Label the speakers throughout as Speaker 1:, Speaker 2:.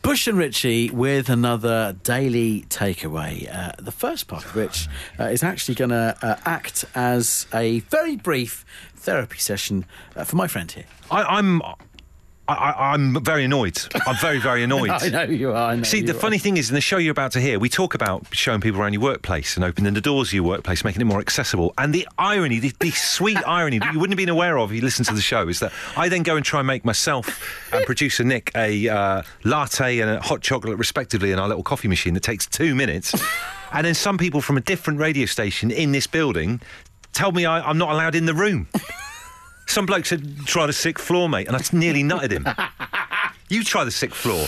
Speaker 1: Push and Richie with another daily takeaway. Uh, the first part of which uh, is actually going to uh, act as a very brief therapy session uh, for my friend here.
Speaker 2: I, I'm. I, I- I'm very annoyed. I'm very, very annoyed.
Speaker 1: I know you are. I know
Speaker 2: See,
Speaker 1: you
Speaker 2: the
Speaker 1: are.
Speaker 2: funny thing is, in the show you're about to hear, we talk about showing people around your workplace and opening the doors of your workplace, making it more accessible. And the irony, the, the sweet irony that you wouldn't have been aware of if you listened to the show, is that I then go and try and make myself and producer Nick a uh, latte and a hot chocolate, respectively, in our little coffee machine that takes two minutes. and then some people from a different radio station in this building tell me I, I'm not allowed in the room. Some bloke said, try the sixth floor, mate, and I just nearly nutted him. you try the sixth floor.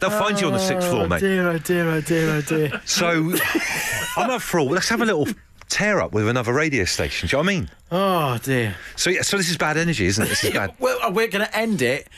Speaker 2: They'll find you on the sixth floor,
Speaker 1: Oh
Speaker 2: mate.
Speaker 1: dear, oh dear, oh dear, oh dear.
Speaker 2: So I'm up for all. Let's have a little tear up with another radio station. Do you know what I mean?
Speaker 1: Oh dear.
Speaker 2: So yeah, so this is bad energy, isn't it? This is bad.
Speaker 1: Well, uh, we're going to end it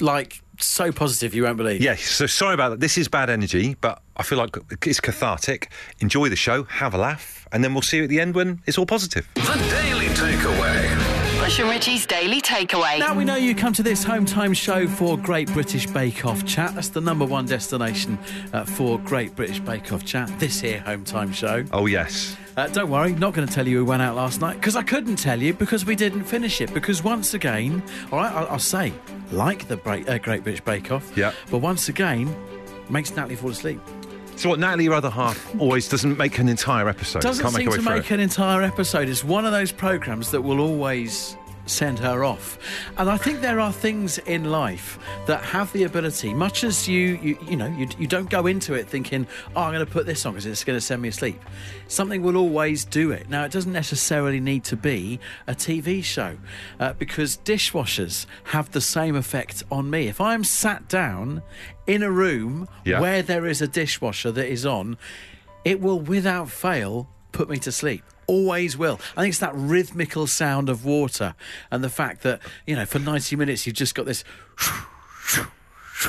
Speaker 1: like so positive you won't believe.
Speaker 2: Yeah, so sorry about that. This is bad energy, but I feel like it's cathartic. Enjoy the show, have a laugh, and then we'll see you at the end when it's all positive.
Speaker 3: The Daily Takeaway.
Speaker 4: Bush and Richie's Daily Takeaway.
Speaker 1: Now we know you come to this home time show for Great British Bake Off Chat. That's the number one destination uh, for Great British Bake Off Chat. This here home time show.
Speaker 2: Oh yes.
Speaker 1: Uh, don't worry, not going to tell you who went out last night because I couldn't tell you because we didn't finish it. Because once again, all right, I'll, I'll say, like the break, uh, Great British Bake Off,
Speaker 2: Yeah.
Speaker 1: But once again, makes Natalie fall asleep.
Speaker 2: So what? Natalie, your other half, always doesn't make an entire episode.
Speaker 1: Doesn't
Speaker 2: Can't
Speaker 1: seem
Speaker 2: make her
Speaker 1: to
Speaker 2: way through
Speaker 1: make
Speaker 2: it.
Speaker 1: an entire episode. It's one of those programs that will always send her off. And I think there are things in life that have the ability, much as you you, you know, you, you don't go into it thinking, "Oh, I'm going to put this on because it's going to send me asleep." Something will always do it. Now, it doesn't necessarily need to be a TV show uh, because dishwashers have the same effect on me. If I'm sat down in a room
Speaker 2: Yeah.
Speaker 1: where there is a dishwasher that is on, it will without fail put me to sleep. Always will. I think it's that rhythmical sound of water and the fact that, you know, for 90 minutes you've just got this.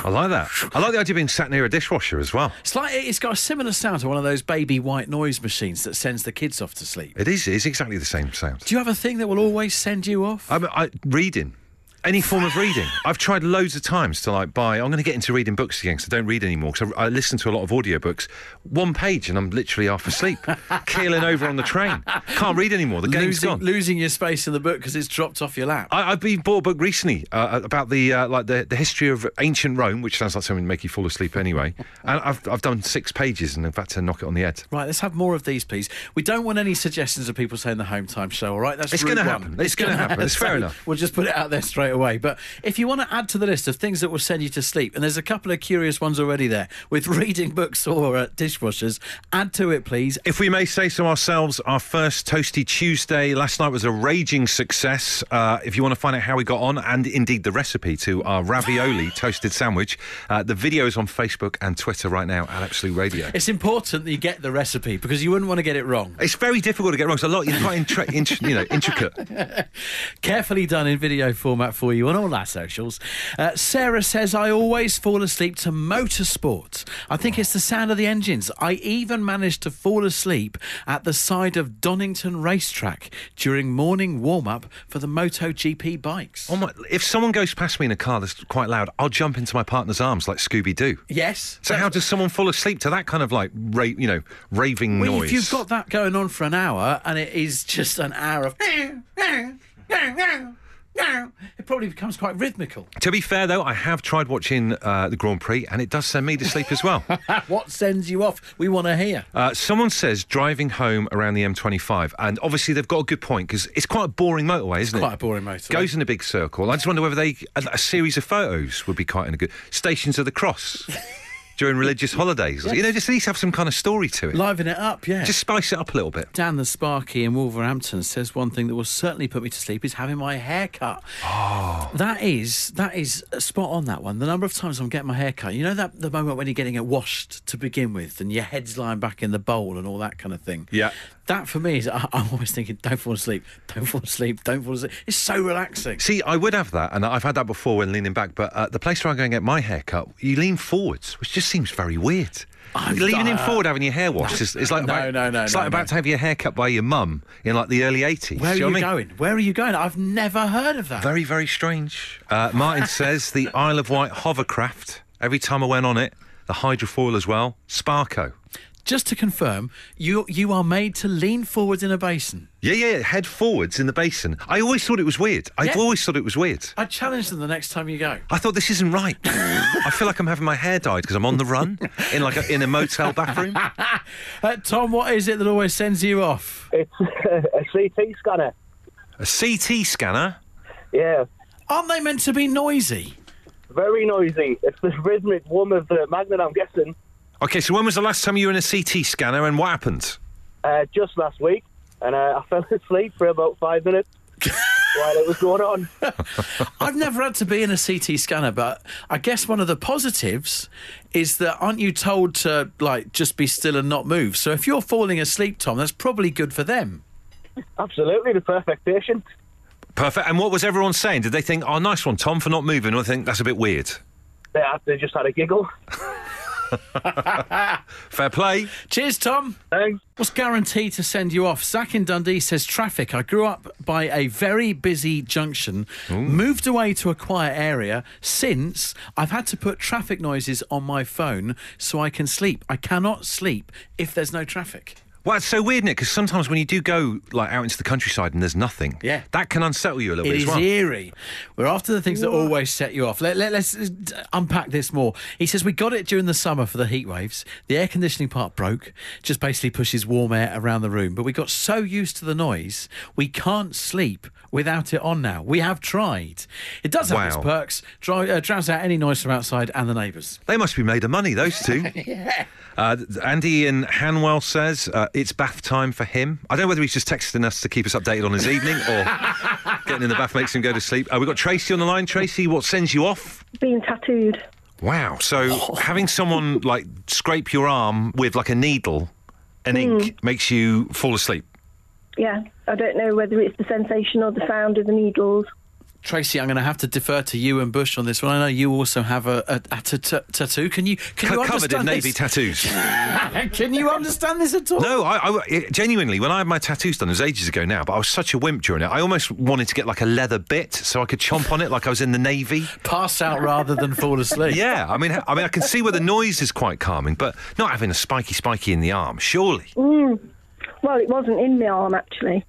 Speaker 2: I like that. I like the idea of being sat near a dishwasher as well.
Speaker 1: It's like it's got a similar sound to one of those baby white noise machines that sends the kids off to sleep.
Speaker 2: It is. It's exactly the same sound.
Speaker 1: Do you have a thing that will always send you off?
Speaker 2: I, mean, I reading. Any form of reading. I've tried loads of times to like buy. I'm going to get into reading books again because I don't read anymore because I, I listen to a lot of audiobooks. One page and I'm literally half asleep, keeling over on the train. Can't read anymore. The game's
Speaker 1: losing,
Speaker 2: gone.
Speaker 1: losing your space in the book because it's dropped off your lap.
Speaker 2: I, I've been bought a book recently uh, about the uh, like the, the history of ancient Rome, which sounds like something to make you fall asleep anyway. And I've I've done six pages and I've had to knock it on the head.
Speaker 1: Right, let's have more of these, please. We don't want any suggestions of people saying the home time show, all right? That's
Speaker 2: It's
Speaker 1: rude
Speaker 2: gonna
Speaker 1: one.
Speaker 2: happen. It's gonna
Speaker 1: gonna
Speaker 2: happen. It's fair
Speaker 1: So
Speaker 2: enough.
Speaker 1: We'll just put it out there straight away. But if you want to add to the list of things that will send you to sleep, and there's a couple of curious ones already there with reading books or uh, dishwashers, add to it, please.
Speaker 2: If we may say so ourselves, our first Toasty Tuesday last night was a raging success. Uh, if you want to find out how we got on and indeed the recipe to our ravioli toasted sandwich, uh, the video is on Facebook and Twitter right now at Absolute Radio.
Speaker 1: It's important that you get the recipe because you wouldn't want to get it wrong.
Speaker 2: It's very difficult to get wrong. It's a lot. You're quite intri- int- you know, intricate.
Speaker 1: Carefully done in video format for you on all our socials. Uh, Sarah says, I always fall asleep to motorsport. I think it's the sound of the engines. I even managed to fall asleep at the side of Donington Racetrack during morning warm up for the MotoGP bikes.
Speaker 2: Oh my, if someone goes past me in a car that's quite loud, I'll jump into my partner's arms like Scooby Doo.
Speaker 1: Yes.
Speaker 2: So how does someone fall asleep to that kind of like, ra- you know, raving
Speaker 1: Well,
Speaker 2: noise?
Speaker 1: if you've got that going on for an hour and it is just an hour of. It probably becomes quite rhythmical.
Speaker 2: to be fair though, I have tried watching uh, the Grand Prix and it does send me to sleep as well.
Speaker 1: What sends you off? We want to hear.
Speaker 2: Uh, someone says driving home around the M25, and obviously they've got a good point because it's quite a boring motorway, isn't it?
Speaker 1: quite a boring motorway.
Speaker 2: Goes in a big circle. I just wonder whether they a, a series of photos would be quite in a good stations of the cross during religious holidays. You know, just at least have some kind of story to it.
Speaker 1: Liven it up, yeah.
Speaker 2: just spice it up a little bit.
Speaker 1: Dan the Sparky in Wolverhampton says one thing that will certainly put me to sleep is having my hair cut. That is that is spot on that one. The number of times I'm getting my hair cut, you know that the moment when you're getting it washed to begin with, and your head's lying back in the bowl and all that kind of thing.
Speaker 2: Yeah.
Speaker 1: that for me is I, I'm always thinking, don't fall asleep, don't fall asleep, don't fall asleep. It's so relaxing.
Speaker 2: See, I would have that, and I've had that before when leaning back. But uh, the place where I go and get my hair cut, you lean forwards, which just seems very weird.
Speaker 1: I'm-
Speaker 2: Leaning in
Speaker 1: uh,
Speaker 2: forward, having your hair washed, is, is like
Speaker 1: No,
Speaker 2: about,
Speaker 1: no, no,
Speaker 2: It's
Speaker 1: no,
Speaker 2: like about
Speaker 1: no.
Speaker 2: to have your hair cut by your mum in like the early eighties.
Speaker 1: Where are
Speaker 2: Do know
Speaker 1: you
Speaker 2: what I mean?
Speaker 1: going? Where are you going? I've never heard of that.
Speaker 2: Very, very strange. Uh, Martin says the Isle of Wight hovercraft. Every time I went on it, the hydrofoil as well, Sparco.
Speaker 1: Just to confirm, you you are made to lean forwards in a basin.
Speaker 2: Yeah, yeah, head forwards in the basin. I always thought it was weird. I've
Speaker 1: Yeah.
Speaker 2: always thought it was weird.
Speaker 1: I challenge them the next time you go.
Speaker 2: I thought this isn't right. I feel like I'm having my hair dyed because I'm on the run in like a, in a motel bathroom.
Speaker 1: Uh, Tom, what is it that always sends you off?
Speaker 5: It's a CT scanner.
Speaker 2: A CT scanner.
Speaker 5: Yeah,
Speaker 1: Aren't they meant to be noisy?
Speaker 5: very noisy. It's the rhythmic hum of the magnet, I'm guessing.
Speaker 2: Okay, so when was the last time you were in a CT scanner and what happened?
Speaker 5: Uh, just last week, and uh, I fell asleep for about five minutes while it was going on.
Speaker 1: I've never had to be in a CT scanner, but I guess one of the positives is that aren't you told to like just be still and not move? So if you're falling asleep, Tom, that's probably good for them.
Speaker 5: Absolutely, the perfect patient.
Speaker 2: Perfect. And what was everyone saying? Did they think, oh, nice one, Tom, for not moving? Or think that's a bit weird?
Speaker 5: They, had- they just had a giggle.
Speaker 2: Fair play.
Speaker 1: Cheers, Tom.
Speaker 5: Thanks.
Speaker 1: What's guaranteed to send you off? Zach in Dundee says traffic. I grew up by a very busy junction, moved away to a quiet area. Since I've had to put traffic noises on my phone so I can sleep. I cannot sleep if there's no traffic.
Speaker 2: Well, it's so weird, Nick, because sometimes when you do go like out into the countryside and there's nothing,
Speaker 1: Yeah.
Speaker 2: that can unsettle you a little
Speaker 1: It
Speaker 2: bit
Speaker 1: is
Speaker 2: as well.
Speaker 1: eerie. We're after the things that always set you off. Let, let, us unpack this more. He says, We got it during the summer for the heat waves. The air conditioning part broke, just basically pushes warm air around the room. But we got so used to the noise, we can't sleep without it on now. We have tried. It does have its
Speaker 2: Wow.
Speaker 1: perks, dry, uh, drowns out any noise from outside and the neighbours.
Speaker 2: They must be made of money, those two. uh, Andy in Hanwell says uh, it's bath time for him. I don't know whether he's just texting us to keep us updated on his evening or getting in the bath makes him go to sleep. Uh, we've got Tracy on the line. Tracy, what sends you off?
Speaker 6: being tattooed.
Speaker 2: Wow. So having someone like scrape your arm with like a needle and
Speaker 1: Hmm.
Speaker 2: ink makes you fall asleep.
Speaker 6: Yeah, I don't know whether it's the sensation or the sound of the needles.
Speaker 1: Tracy, I'm going to have to defer to you and Bush on this one. I know you also have a, a, a t- t- tattoo. Can you can you
Speaker 2: Co- covered in
Speaker 1: understand
Speaker 2: navy tattoos.
Speaker 1: this? Can you understand this at all?
Speaker 2: No, I, I- it- genuinely, when I had my tattoos done, it was ages ago now, but I was such a wimp during it. I almost wanted to get like a leather bit so I could chomp on it like I was in the Navy.
Speaker 1: Pass out rather than fall asleep.
Speaker 2: Yeah, I mean, I mean, I can see where the noise is quite calming, but not having a spiky spiky in the arm, surely.
Speaker 6: Well, it wasn't in my arm actually.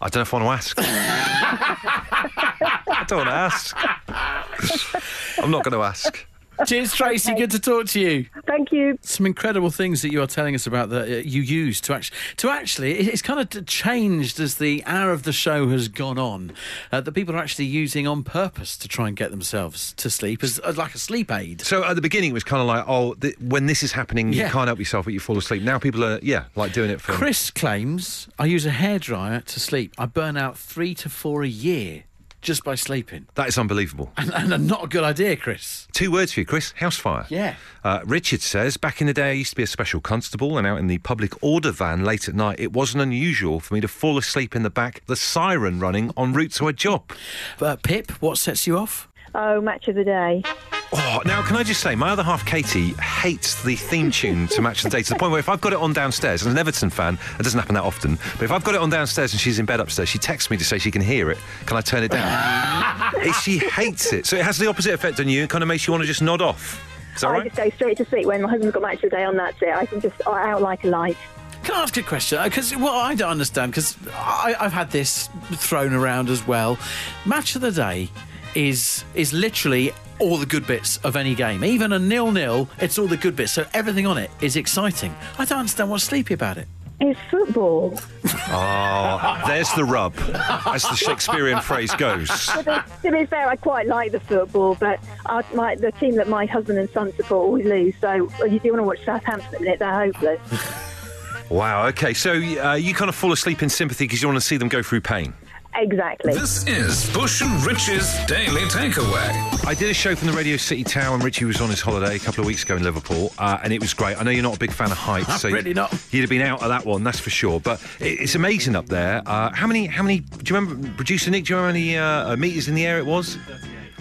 Speaker 2: I don't know if I want to ask. I don't want to ask. I'm not going to ask.
Speaker 1: Cheers, Tracy. Good to talk to you.
Speaker 6: Thank you.
Speaker 1: Some incredible things that you are telling us about that uh, you use to actually, to actually, it- it's kind of changed as the hour of the show has gone on. Uh, that people are actually using on purpose to try and get themselves to sleep as, as like a sleep aid.
Speaker 2: So at the beginning, it was kind of like, oh, th- when this is happening,
Speaker 1: Yeah.
Speaker 2: you can't help yourself, but you fall asleep. Now people are, yeah, like doing it for.
Speaker 1: Chris claims I use a hairdryer to sleep. I burn out three to four a year just by sleeping,
Speaker 2: That is unbelievable.
Speaker 1: and, and not a good idea, Chris.
Speaker 2: Two words for you, Chris. House fire.
Speaker 1: Yeah.
Speaker 2: Uh, Richard says, back in the day, I used to be a special constable, and out in the public order van late at night, it wasn't unusual for me to fall asleep in the back, the siren running en route to a job.
Speaker 1: Uh, Pip, what sets you off?
Speaker 6: Oh, match of the day.
Speaker 2: Oh, now can I just say, my other half, Katie, hates the theme tune to match the day to the point where if I've got it on downstairs, and as an Everton fan, it doesn't happen that often, but if I've got it on downstairs and she's in bed upstairs, she texts me to say she can hear it. Can I turn it down? Eh, she hates it. So it has the opposite effect on you. It kind of makes you want to just nod off. Is that
Speaker 6: I
Speaker 2: right?
Speaker 6: just go straight to sleep when my husband's got match of the day on. That's it. I can just I out like a light.
Speaker 1: Can I ask a question? Because what I don't understand, because I've had this thrown around as well. Match of the day is is literally all the good bits of any game. Even a nil-nil, it's all the good bits. So everything on it is exciting. I don't understand what's sleepy about it.
Speaker 6: It's football.
Speaker 2: Oh, there's the rub, as the Shakespearean phrase goes.
Speaker 6: But to be fair, I quite like the football, but I, my, the team that my husband and son support always lose. So you do want to watch Southampton at the minute. They're hopeless.
Speaker 2: Wow, okay, so uh, you kind of fall asleep in sympathy because you want to see them go through pain.
Speaker 6: exactly.
Speaker 3: This is Bush and Rich's Daily Takeaway.
Speaker 2: I did a show from the Radio City Tower and Richie was on his holiday a couple of weeks ago in Liverpool, uh, and it was great. I know you're not a big fan of heights, so
Speaker 1: really not.
Speaker 2: You'd have been out of that one, that's for sure. But it, it's amazing up there. Uh, how many? How many? Do you remember, producer Nick? Do you remember how many uh, uh, meters in the air it was?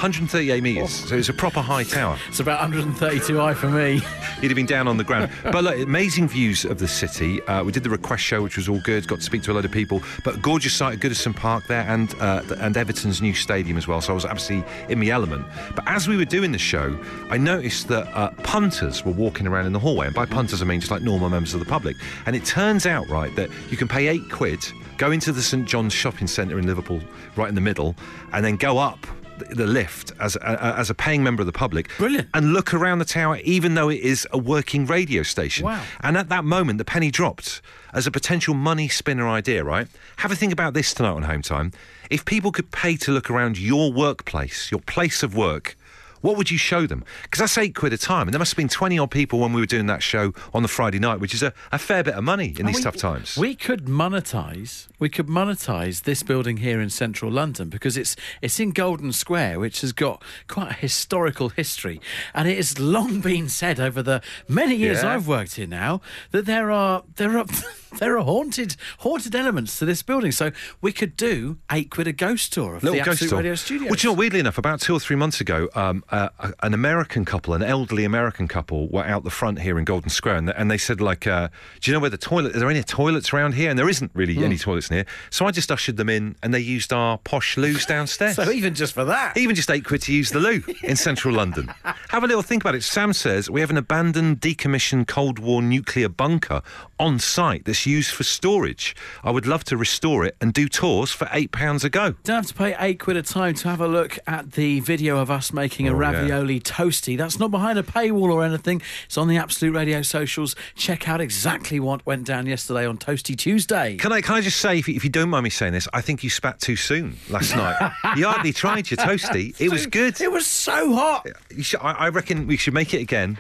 Speaker 2: 138 metres, so it's a proper high tower.
Speaker 1: It's about 132 I for me.
Speaker 2: He'd have been down on the ground. But look, amazing views of the city. Uh, we did the request show, which was all good. Got to speak to a load of people. But gorgeous site at Goodison Park there, and uh, th- and Everton's new stadium as well. So I was absolutely in the element. But as we were doing the show, I noticed that uh, punters were walking around in the hallway, and by punters I mean just like normal members of the public. And it turns out, right, that you can pay eight quid, go into the St John's shopping centre in Liverpool, right in the middle, and then go up. th- The lift as a, as a paying member of the public,
Speaker 1: Brilliant.
Speaker 2: and look around the tower, even though it is a working radio station.
Speaker 1: Wow.
Speaker 2: And at that moment, the penny dropped as a potential money spinner idea, right? Have a think about this tonight on Home Time. If people could pay to look around your workplace, your place of work, what would you show them? Because that's eight quid a time, and there must have been 20 odd people when we were doing that show on the Friday night, which is a, a fair bit of money in these
Speaker 1: we-
Speaker 2: tough times.
Speaker 1: We could monetize. We could monetize this building here in central London because it's it's in Golden Square, which has got quite a historical history, and it has long been said over the many years
Speaker 2: Yeah.
Speaker 1: I've worked here now that there are there are there are haunted haunted elements to this building. So we could do eight quid a ghost tour of the Absolute Radio Studio.
Speaker 2: Which, you know, weirdly enough, about two or three months ago, um, uh, an American couple, an elderly American couple, were out the front here in Golden Square, and, and they said, like, uh, "Do you know where the toilet? Are there any toilets around here?" And there isn't really
Speaker 1: Hmm.
Speaker 2: any toilets near. So I just ushered them in, and they used our posh loos downstairs.
Speaker 1: so even just for that.
Speaker 2: Even just eight quid to use the loo in central London. Have a little think about it. Sam says we have an abandoned, decommissioned Cold War nuclear bunker on site that's used for storage. I would love to restore it and do tours for £8 a go.
Speaker 1: Don't have to pay eight quid a time to have a look at the video of us making a
Speaker 2: Oh, yeah.
Speaker 1: ravioli toasty. That's not behind a paywall or anything. It's on the Absolute Radio socials. Check out exactly what went down yesterday on Toasty Tuesday.
Speaker 2: Can I, can I just say, if you, if you don't mind me saying this, I think you spat too soon last night. you hardly tried your toasty. It was good.
Speaker 1: It was so hot.
Speaker 2: You should, I, I reckon we should make it again.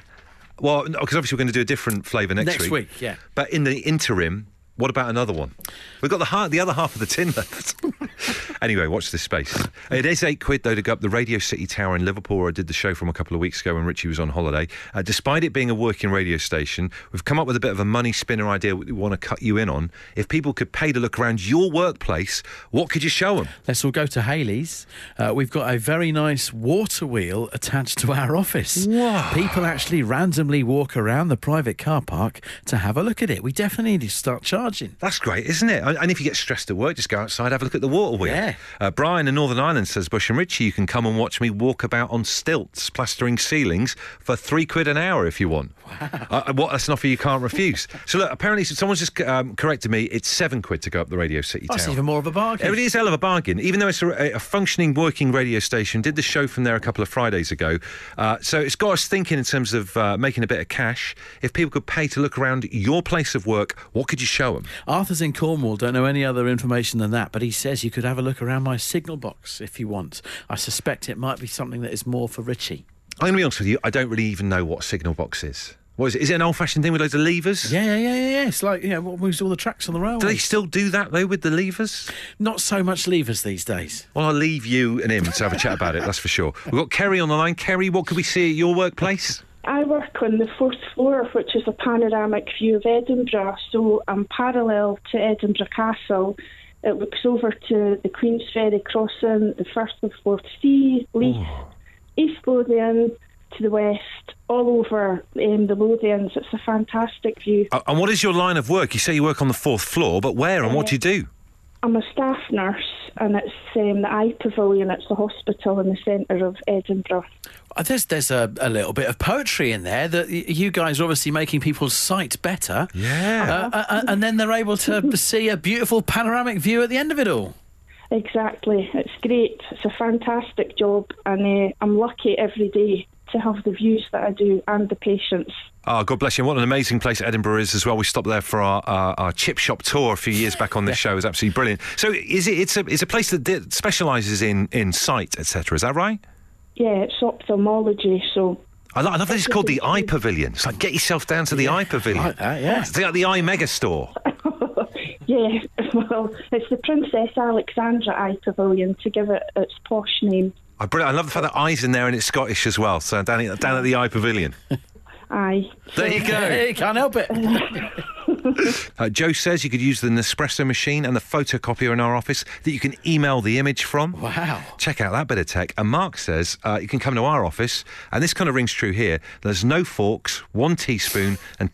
Speaker 2: Well, because obviously we're going to do a different flavour next,
Speaker 1: Next
Speaker 2: week.
Speaker 1: week, yeah.
Speaker 2: But in the interim, what about another one? We've got the heart, the other half of the tin left. anyway, watch this space. It is eight quid though to go up the Radio City Tower in Liverpool. Where I did the show from a couple of weeks ago when Richie was on holiday. Uh, despite it being a working radio station, we've come up with a bit of a money spinner idea we want to cut you in on. If people could pay to look around your workplace, what could you show them?
Speaker 1: Let's all go to Haley's. Uh, we've got a very nice water wheel attached to our office.
Speaker 2: Wow.
Speaker 1: People actually randomly walk around the private car park to have a look at it. We definitely need to start charging.
Speaker 2: That's great, isn't it? And and if you get stressed at work, just go outside, have a look at the water wheel.
Speaker 1: Yeah.
Speaker 2: Uh, Brian in Northern Ireland says, Bush and Richie, you can come and watch me walk about on stilts, plastering ceilings for three quid an hour if you want. Wow. Uh, what, that's an offer you can't refuse. so, look, apparently, so someone's just um, corrected me. It's seven quid to go up the Radio City
Speaker 1: That's
Speaker 2: Tower.
Speaker 1: Oh, even more of a bargain.
Speaker 2: It is a hell of a bargain, even though it's a, a functioning, working radio station. Did the show from there a couple of Fridays ago, uh, so it's got us thinking in terms of uh, making a bit of cash. If people could pay to look around your place of work, what could you show them?
Speaker 1: Arthur's in Cornwall. Don't know any other information than that, but he says you could have a look around my signal box if you want. I suspect it might be something that is more for Richie.
Speaker 2: I'm going to be honest with you. I don't really even know what a signal box is. What is it? Is it an old-fashioned thing with loads of levers?
Speaker 1: Yeah, yeah, yeah, yeah. yeah. It's like you know what moves all the tracks on the railway.
Speaker 2: Do they still do that though with the levers?
Speaker 1: Not so much levers these days.
Speaker 2: Well, I'll leave you and him to have a chat about it. That's for sure. We've got Kerry on the line. Kerry, what could we see at your workplace?
Speaker 7: I work on the fourth floor, which is a panoramic view of Edinburgh. So I'm parallel to Edinburgh Castle. It looks over to the Queen's Ferry crossing, the Firth of Forth Sea, Leith, East Lothian to the west, all over um, the Lothians. It's a fantastic view.
Speaker 2: Uh, And what is your line of work? You say you work on the fourth floor, but where and what do you do?
Speaker 7: I'm a staff nurse, and it's um, the Eye Pavilion. It's the hospital in the centre of Edinburgh.
Speaker 1: Uh, There's there's a, a little bit of poetry in there that y- you guys are obviously making people's sight better.
Speaker 2: Yeah.
Speaker 1: Uh, uh, uh, and then they're able to see a beautiful panoramic view at the end of it all.
Speaker 7: Exactly. It's great. It's a fantastic job, and uh, I'm lucky every day to have the views that I do and the patients.
Speaker 2: Oh, God bless you. And What an amazing place Edinburgh is as well. We stopped there for our, uh, our chip shop tour a few years back on this show. It was absolutely brilliant. So is it, it's, a, it's a place that di- specialises in, in sight, etc. Is that right?
Speaker 7: Yeah, it's ophthalmology, so
Speaker 2: I love, I love that it's called the Eye Pavilion. It's like get yourself down to the Eye Pavilion.
Speaker 1: like that, yeah.
Speaker 2: It's like the Eye Mega Store.
Speaker 7: yeah, well, it's the Princess Alexandra Eye Pavilion to give it its posh name.
Speaker 2: I, br- I love the fact that eyes in there and it's Scottish as well. So down, at- down at the Eye Pavilion.
Speaker 7: Aye.
Speaker 2: There you go.
Speaker 1: Can't help it.
Speaker 2: Uh, Joe says you could use the Nespresso machine and the photocopier in our office that you can email the image from.
Speaker 1: Wow.
Speaker 2: Check out that bit of tech. And Mark says uh, you can come to our office, and this kind of rings true here. There's no forks, one teaspoon, and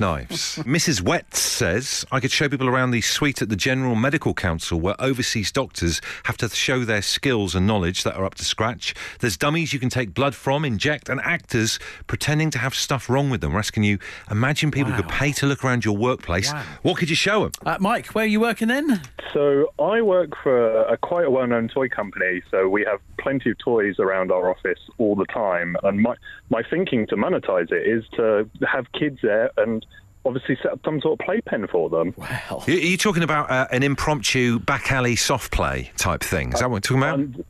Speaker 2: knives. Mrs. Wetz says I could show people around the suite at the General Medical Council where overseas doctors have to show their skills and knowledge that are up to scratch. There's dummies you can take blood from, inject, and actors pretending to have stuff wrong with them. We're asking you, imagine people
Speaker 1: Wow.
Speaker 2: could pay to look around your workplace.
Speaker 1: Wow.
Speaker 2: What could you show them?
Speaker 1: Uh, Mike, where are you working then?
Speaker 8: So I work for a quite a well-known toy company, so we have plenty of toys around our office all the time. And my my thinking to monetize it is to have kids there and obviously set up some sort of playpen for them.
Speaker 1: Well,
Speaker 2: Are you talking about uh, an impromptu back alley soft play type thing? Is that what we're talking about?
Speaker 8: Um,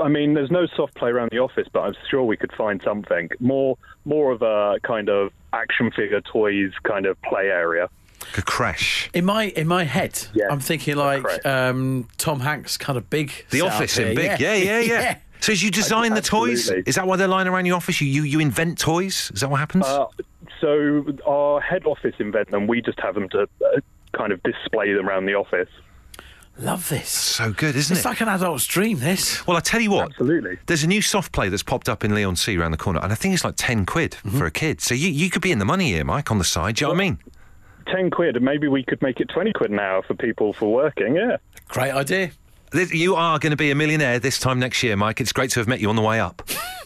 Speaker 8: I mean, there's no soft play around the office, but I'm sure we could find something more more of a kind of action figure toys kind of play area.
Speaker 2: a crash.
Speaker 1: in my in my head,
Speaker 8: Yeah,
Speaker 1: I'm thinking like
Speaker 8: correct.
Speaker 1: um, Tom Hanks, kind of big.
Speaker 2: The
Speaker 1: setup
Speaker 2: office
Speaker 1: here.
Speaker 2: in big. Yeah, yeah, yeah. So as you design the toys,
Speaker 8: Absolutely.
Speaker 2: is that why they're lying around your office? You you, you invent toys? Is that what happens?
Speaker 8: Uh, so our head office invent them. We just have them to uh, kind of display them around the office.
Speaker 1: Love this.
Speaker 2: so good, isn't
Speaker 1: It's
Speaker 2: it?
Speaker 1: like an adult's dream. This.
Speaker 2: well, I tell you what.
Speaker 8: Absolutely.
Speaker 2: There's a new soft play that's popped up in Leon C around the corner, and I think it's like ten quid for a kid. So you, you could be in the money here, Mike, on the side. Do you know what I mean?
Speaker 8: 10 quid, and maybe we could make it 20 quid an hour for people for working, yeah.
Speaker 1: Great idea.
Speaker 2: Th- You are going to be a millionaire this time next year, Mike. It's great to have met you on the way up.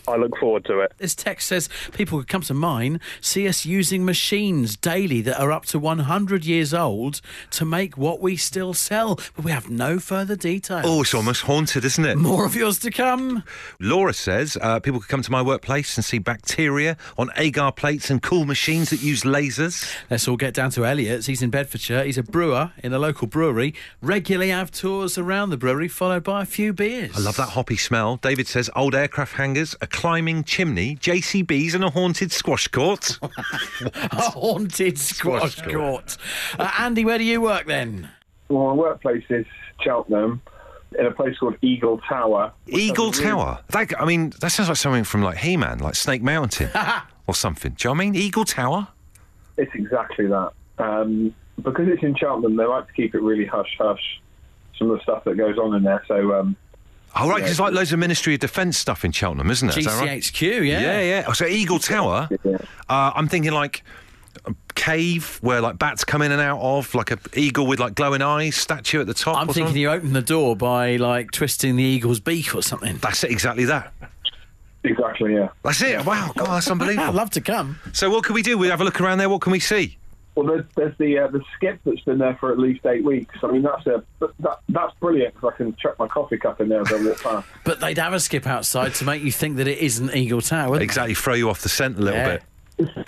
Speaker 8: I look forward to it.
Speaker 1: This text says people could come to mine, see us using machines daily that are up to 100 years old to make what we still sell, but we have no further details.
Speaker 2: Oh, it's almost haunted, isn't it?
Speaker 1: More of yours to come.
Speaker 2: Laura says uh, people could come to my workplace and see bacteria on agar plates and cool machines that use lasers.
Speaker 1: Let's all get down to Elliot's. He's in Bedfordshire. He's a brewer in a local brewery. Regularly have tours around the brewery, followed by a few beers.
Speaker 2: I love that hoppy smell. David says old aircraft hangars, a climbing chimney, JCBs, and a haunted squash court.
Speaker 1: A haunted squash,
Speaker 2: Squash
Speaker 1: court. Uh, Andy, where do you work then?
Speaker 9: Well, my workplace is Cheltenham, in a place called Eagle Tower.
Speaker 2: Eagle Tower. That I mean, that sounds like something from like He-Man, like Snake Mountain or something. Do you know what I mean? Eagle Tower.
Speaker 9: It's exactly that. Um, because it's in Cheltenham, they like to keep it really hush hush. Some of the stuff that goes on in there. So um,
Speaker 2: Oh, right, 'cause there's like loads of Ministry of Defence stuff in Cheltenham, isn't it? Is that right?
Speaker 1: GCHQ, yeah.
Speaker 2: Yeah, yeah. Oh, So Eagle Tower.
Speaker 9: Yeah.
Speaker 2: Uh, I'm thinking like a cave where like bats come in and out of, like a eagle with like glowing eyes, statue at the top.
Speaker 1: I'm
Speaker 2: or
Speaker 1: thinking
Speaker 2: something.
Speaker 1: you open the door by like twisting the eagle's beak or something.
Speaker 2: That's it, exactly that.
Speaker 9: exactly, yeah.
Speaker 2: That's it. Wow, God, that's
Speaker 1: I'd
Speaker 2: unbelievable.
Speaker 1: love to come.
Speaker 2: so what can we do? We have a look around there. What can we see?
Speaker 9: Well, there's, there's the uh, the skip that's been there for at least eight weeks. I mean, that's a that, that's brilliant because I can chuck my coffee cup in there as I walk past.
Speaker 1: But they'd have a skip outside to make you think that it isn't Eagle Tower. wouldn't
Speaker 2: Exactly, throw you off the scent a little
Speaker 1: Yeah.
Speaker 2: bit.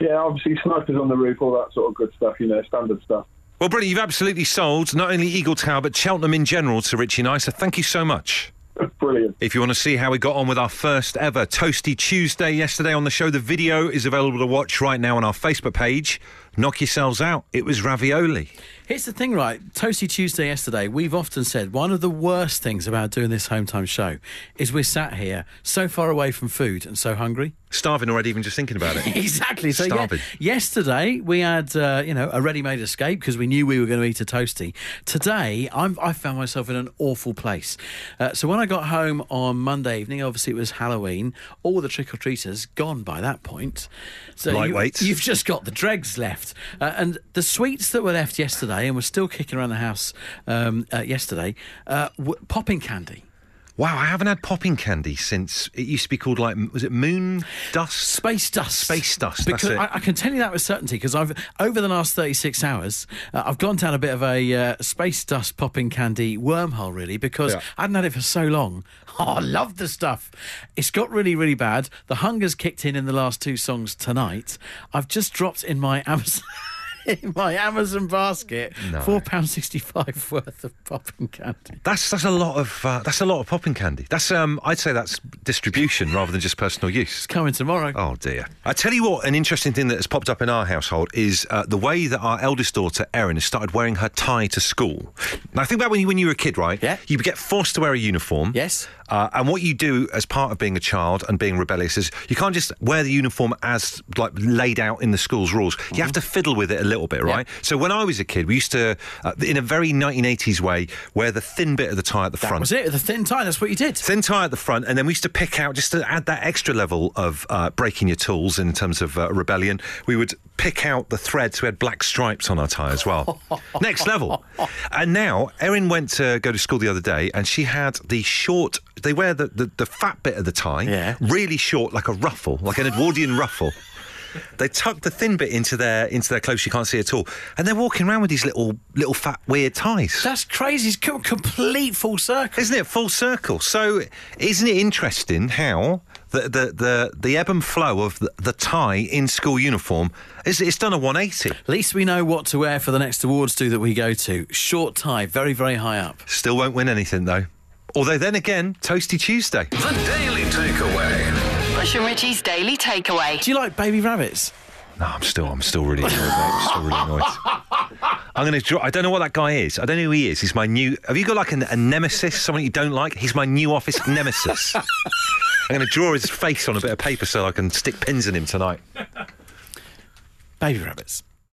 Speaker 9: yeah, obviously snipers on the roof, all that sort of good stuff. You know, standard stuff.
Speaker 2: Well, brilliant. You've absolutely sold not only Eagle Tower, but Cheltenham in general to Richie and I. So thank you so much.
Speaker 9: brilliant.
Speaker 2: If you want to see how we got on with our first ever Toasty Tuesday yesterday on the show, the video is available to watch right now on our Facebook page. Knock yourselves out. It was ravioli.
Speaker 1: Here's the thing, right? Toasty Tuesday yesterday, we've often said one of the worst things about doing this home time show is we're sat here so far away from food and so hungry.
Speaker 2: Starving already, even just thinking about it.
Speaker 1: Exactly. So yeah,
Speaker 2: Starving.
Speaker 1: yesterday we had uh, you know a ready-made escape because we knew we were going to eat a toasty. Today I'm, I found myself in an awful place. Uh, so when I got home on Monday evening, obviously it was Halloween. All the trick or treaters gone by that point. So
Speaker 2: Lightweights.
Speaker 1: You, you've just got the dregs left, uh, and the sweets that were left yesterday and were still kicking around the house um, uh, yesterday. Uh, w- popping candy.
Speaker 2: wow, I haven't had popping candy since it used to be called like, was it moon dust?
Speaker 1: Space dust.
Speaker 2: Space dust, that's
Speaker 1: Because
Speaker 2: it.
Speaker 1: I, I can tell you that with certainty because I've over the last thirty six hours, uh, I've gone down a bit of a uh, space dust popping candy wormhole really because
Speaker 2: Yeah.
Speaker 1: I hadn't had it for so long. Oh, I love the stuff. It's got really really bad. The hunger's kicked in in the last two songs tonight. I've just dropped in my Amazon. In my Amazon basket, four pound sixty five worth of popping candy.
Speaker 2: That's that's a lot of uh, that's a lot of popping candy. That's um, I'd say that's distribution rather than just personal use.
Speaker 1: Coming tomorrow.
Speaker 2: Oh dear! I tell you what, an interesting thing that has popped up in our household is uh, the way that our eldest daughter Erin has started wearing her tie to school. Now, think about when you when you were a kid, right?
Speaker 1: Yeah.
Speaker 2: You would get forced to wear a uniform.
Speaker 1: Yes.
Speaker 2: Uh, and what you do as part of being a child and being rebellious is you can't just wear the uniform as like laid out in the school's rules. You have to
Speaker 1: Mm-hmm.
Speaker 2: fiddle with it a little bit, right? So when I was a kid, we used to, uh, in a very 1980s way, wear the thin bit of the tie at the front.
Speaker 1: Was it the thin tie? That's what you did.
Speaker 2: Thin tie at the front, and then we used to pick out just to add that extra level of uh, breaking your tools in terms of uh, rebellion. We would pick out the threads. We had black stripes on our tie as well. Next level. And now Erin went to go to school the other day, and she had the short. They wear the the, the fat bit of the tie,
Speaker 1: Yeah.
Speaker 2: really short, like a ruffle, like an Edwardian ruffle. They tuck the thin bit into their into their clothes. You can't see at all, and they're walking around with these little little fat weird ties.
Speaker 1: That's crazy. It's co- complete full circle.
Speaker 2: Isn't it full circle? So, isn't it interesting how the the the, the ebb and flow of the, the tie in school uniform is it's done a 180.
Speaker 1: At least we know what to wear for the next awards do that we go to. Short tie, very, very high up.
Speaker 2: Still won't win anything though. Although then again, Toasty Tuesday.
Speaker 3: The Daily Takeaway.
Speaker 4: Bush and Richie's Daily Takeaway.
Speaker 1: Do you like baby rabbits?
Speaker 2: No, I'm still I'm still really annoyed. Mate. I'm still really annoyed. I'm gonna. Draw, I don't know what that guy is. I don't know who he is. He's my new. Have you got like an, a nemesis? Someone you don't like? He's my new office nemesis. I'm gonna draw his face on a bit of paper so I can stick pins in him tonight.
Speaker 1: Baby rabbits.